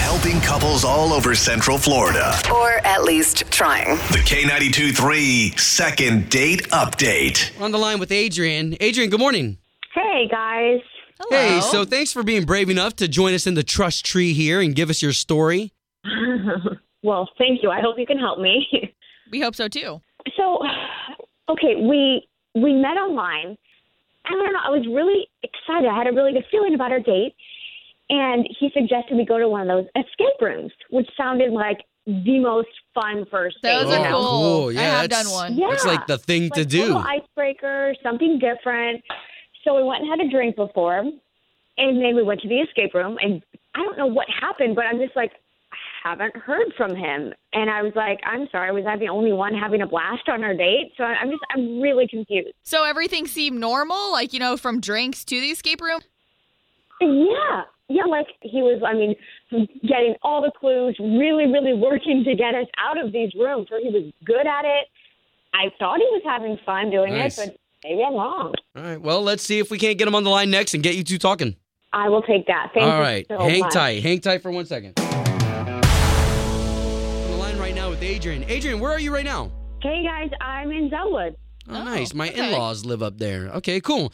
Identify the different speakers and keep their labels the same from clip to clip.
Speaker 1: Helping couples all over Central Florida.
Speaker 2: Or at least trying.
Speaker 1: The K92 3 Second Date Update.
Speaker 3: We're on the line with Adrian. Adrian, good morning.
Speaker 4: Hey guys.
Speaker 3: Hello. Hey, so thanks for being brave enough to join us in the trust tree here and give us your story.
Speaker 4: well, thank you. I hope you can help me.
Speaker 5: We hope so too.
Speaker 4: so, okay, we we met online. I don't know. I was really excited. I had a really good feeling about our date, and he suggested we go to one of those escape rooms, which sounded like the most fun first date.
Speaker 5: Those
Speaker 4: you
Speaker 5: are
Speaker 4: know?
Speaker 5: cool.
Speaker 3: Oh, cool. Yeah,
Speaker 5: I have
Speaker 3: that's-
Speaker 5: done one.
Speaker 4: Yeah.
Speaker 3: That's like the thing to
Speaker 4: Like,
Speaker 3: do.
Speaker 4: little icebreaker, something different. So we went and had a drink before, and then we went to the escape room. And I don't know what happened, but I'm just like, I haven't heard from him. And I was like, I'm sorry, was I the only one having a blast on our date? So I'm just, I'm really confused.
Speaker 5: So everything seemed normal, like you know, from drinks to the escape room.
Speaker 4: Yeah. Yeah, like he was, I mean, getting all the clues, really, really working to get us out of these rooms. So he was good at it. I thought he was having fun doing
Speaker 3: Nice.
Speaker 4: it, but maybe I'm wrong.
Speaker 3: All right, well, let's see if we can't get him on the line next and get you two talking.
Speaker 4: I will take that. Thank
Speaker 3: All right,
Speaker 4: you so
Speaker 3: hang
Speaker 4: much.
Speaker 3: tight. Hang tight for one second. On the line right now with Adrian. Adrian, where are you right now?
Speaker 4: Hey guys, I'm in Zelwood.
Speaker 3: Oh,
Speaker 5: Oh,
Speaker 3: nice. My
Speaker 5: okay.
Speaker 3: in-laws live up there. Okay, cool.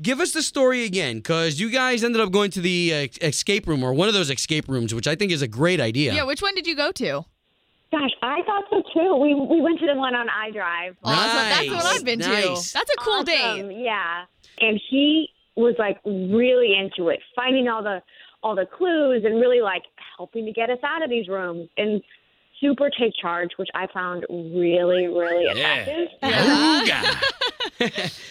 Speaker 3: Give us the story again, because you guys ended up going to the uh, escape room or one of those escape rooms, which I think is a great idea.
Speaker 5: Yeah. Which one did you go to?
Speaker 4: Gosh, I thought so too. We we went to the one on iDrive.
Speaker 5: Oh, that's what- That's what
Speaker 3: Nice,
Speaker 5: I've been
Speaker 3: nice.
Speaker 5: to. That's a cool
Speaker 4: Awesome,
Speaker 5: date.
Speaker 4: Yeah. And he was like really into it, finding all the all the clues and really like helping to get us out of these rooms and super take charge, which I found really, really effective.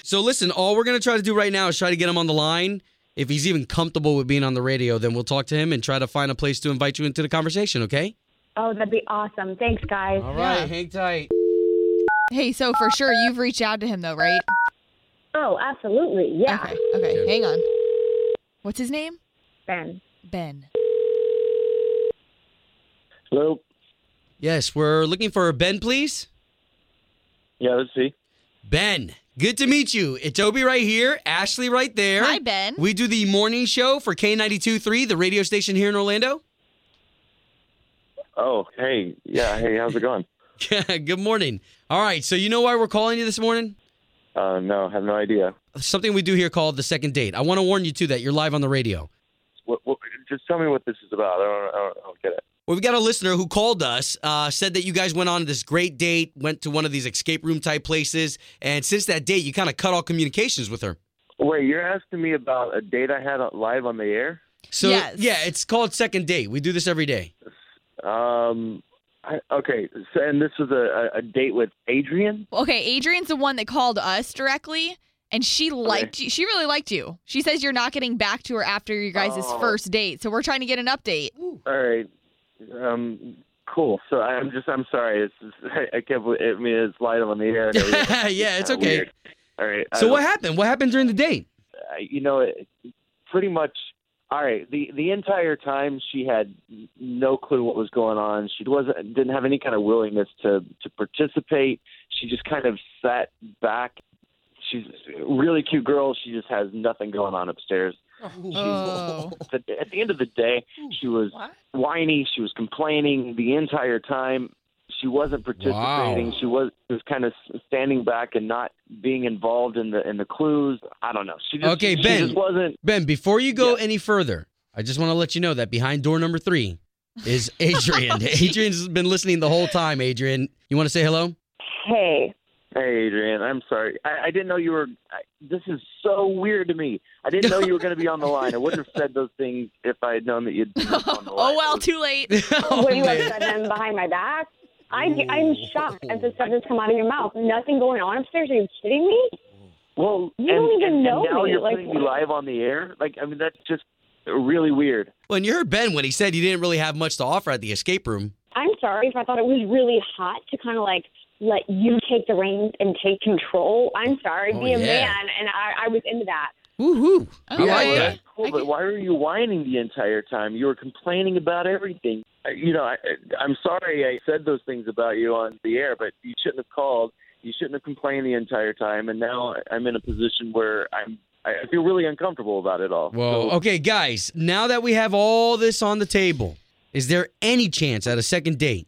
Speaker 3: So listen, all we're gonna try to do right now is try to get him on the line. If he's even comfortable with being on the radio, then we'll talk to him and try to find a place to invite you into the conversation. Okay?
Speaker 4: Oh, that'd be awesome. Thanks guys.
Speaker 3: All right. Hang tight.
Speaker 5: Hey, so for sure you've reached out to him though, right?
Speaker 4: Oh, absolutely. Yeah.
Speaker 5: Okay. Okay. Hang on. What's his name?
Speaker 4: Ben.
Speaker 5: Ben.
Speaker 6: Hello.
Speaker 3: Yes, we're looking for Ben, please.
Speaker 6: Yeah, let's see.
Speaker 3: Ben, good to meet you. It's Obi right here, Ashley right there.
Speaker 5: Hi, Ben.
Speaker 3: We do the morning show for K92.3, the radio station here in Orlando.
Speaker 6: Oh, hey. Yeah, hey, how's it going?
Speaker 3: good morning. All right, so you know why we're calling you this morning?
Speaker 6: Uh, no, have no idea.
Speaker 3: Something we do here called the second date. I want to warn you too that you're live on the radio.
Speaker 6: What, what, just tell me what this is about. I don't, I don't, I don't get it.
Speaker 3: Well, we got a listener who called us, uh, said that you guys went on this great date, went to one of these escape room type places, and since that date, you kind of cut all communications with her.
Speaker 6: Wait, you're asking me about a date I had live on the air?
Speaker 3: So
Speaker 5: Yes.
Speaker 3: yeah, it's called second date. We do this every day.
Speaker 6: Um, I, okay. So, and this was a, a, a date with Adrian.
Speaker 5: Okay, Adrian's the one that called us directly, and she liked you. She really liked you. She says you're not getting back to her after your guys'
Speaker 6: Oh.
Speaker 5: first date, so we're trying to get an update.
Speaker 6: All right. Um, cool. So I'm just, I'm sorry. It's, just, I, I can't. believe- I mean, it's live on the air. And everything.
Speaker 3: yeah, it's okay.
Speaker 6: Weird. All right.
Speaker 3: So
Speaker 6: I-
Speaker 3: what happened? What happened during the date?
Speaker 6: I- you know, it, pretty much. All right, the the entire time she had no clue what was going on. She wasn't didn't have any kind of willingness to to participate. She just kind of sat back. She's a really cute girl. She just has nothing going on upstairs.
Speaker 5: Oh.
Speaker 6: But at the end of the day, she was whiny. She was complaining the entire time. She wasn't participating.
Speaker 3: Wow.
Speaker 6: She was she was kind of standing back and not being involved in the in the clues. I don't know. She just,
Speaker 3: Okay,
Speaker 6: she
Speaker 3: Ben.
Speaker 6: just wasn't
Speaker 3: Ben, before you go any further, I just want to let you know that behind door number three is Adrian. Adrian's been listening the whole time. Adrian, you want to say hello?
Speaker 4: Hey.
Speaker 6: Hey, Adrian, I'm sorry. I, I didn't know you were. I, this is so weird to me. I didn't know you were going to be on the line. I wouldn't have said those things if I had known that you'd be on the line.
Speaker 5: Oh well, too late.
Speaker 6: Oh,
Speaker 4: Were you upset him behind my back? I, I'm shocked at the stuff that's come out of your mouth. Nothing going on upstairs. Are you kidding me?
Speaker 6: Well,
Speaker 4: You don't
Speaker 6: and-
Speaker 4: even
Speaker 6: and-
Speaker 4: know
Speaker 6: and now
Speaker 4: me,
Speaker 6: you're
Speaker 4: like-
Speaker 6: putting me live on the air. Like, I mean, that's just really weird.
Speaker 3: When you heard Ben when he said you didn't really have much to offer at the escape room.
Speaker 4: I'm sorry if I thought it was really hot to kind of like let you take the reins and take control. I'm sorry,
Speaker 3: Oh,
Speaker 4: be a
Speaker 3: yeah.
Speaker 4: man, and I, I was into that.
Speaker 3: Woohoo! I like
Speaker 5: Okay.
Speaker 3: that.
Speaker 6: Cool, but why were you whining the entire time? You were complaining about everything. I- You know, I, I'm sorry I said those things about you on the air, but you shouldn't have called. You shouldn't have complained the entire time. And now I'm in a position where I'm. I I feel really uncomfortable about it all.
Speaker 3: Whoa.
Speaker 6: So-
Speaker 3: Okay, guys. Now that we have all this on the table, is there any chance at a second date?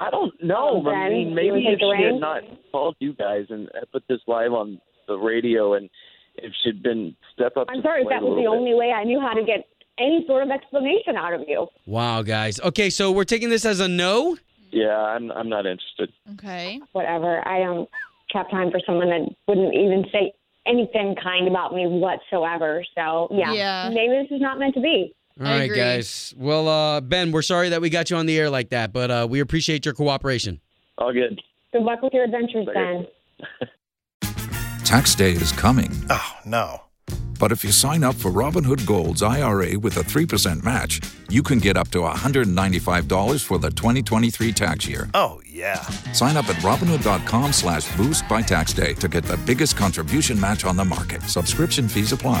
Speaker 6: I don't know.
Speaker 4: Oh,
Speaker 6: I mean,
Speaker 4: Ben,
Speaker 6: maybe
Speaker 4: you wanna
Speaker 6: if
Speaker 4: take the
Speaker 6: she had
Speaker 4: reins?
Speaker 6: not called you guys and uh, put this live on the radio, and if she'd been step up. to
Speaker 4: I'm sorry if
Speaker 6: plate a
Speaker 4: that was the
Speaker 6: little bit.
Speaker 4: only way I knew how to get any sort of explanation out of you.
Speaker 3: Wow, guys. Okay, so we're taking this as a no.
Speaker 6: Yeah, I'm. I'm not interested.
Speaker 5: Okay.
Speaker 4: Whatever. I don't have time for someone that wouldn't even say anything kind about me whatsoever. So yeah,
Speaker 5: Yeah.
Speaker 4: maybe this is not meant to be.
Speaker 3: All
Speaker 5: I
Speaker 3: right,
Speaker 5: agree.
Speaker 3: guys. Well, uh, Ben, we're sorry that we got you on the air like that, but uh, we appreciate your cooperation.
Speaker 6: All good.
Speaker 4: Good luck with your adventures, Ben.
Speaker 7: Tax day is coming.
Speaker 1: Oh, no.
Speaker 7: But if you sign up for Robinhood Gold's IRA with a 3% match, you can get up to $195 for the 2023 tax year.
Speaker 1: Oh, yeah.
Speaker 7: Sign up at Robinhood.com slash boost by tax day to get the biggest contribution match on the market. Subscription fees apply.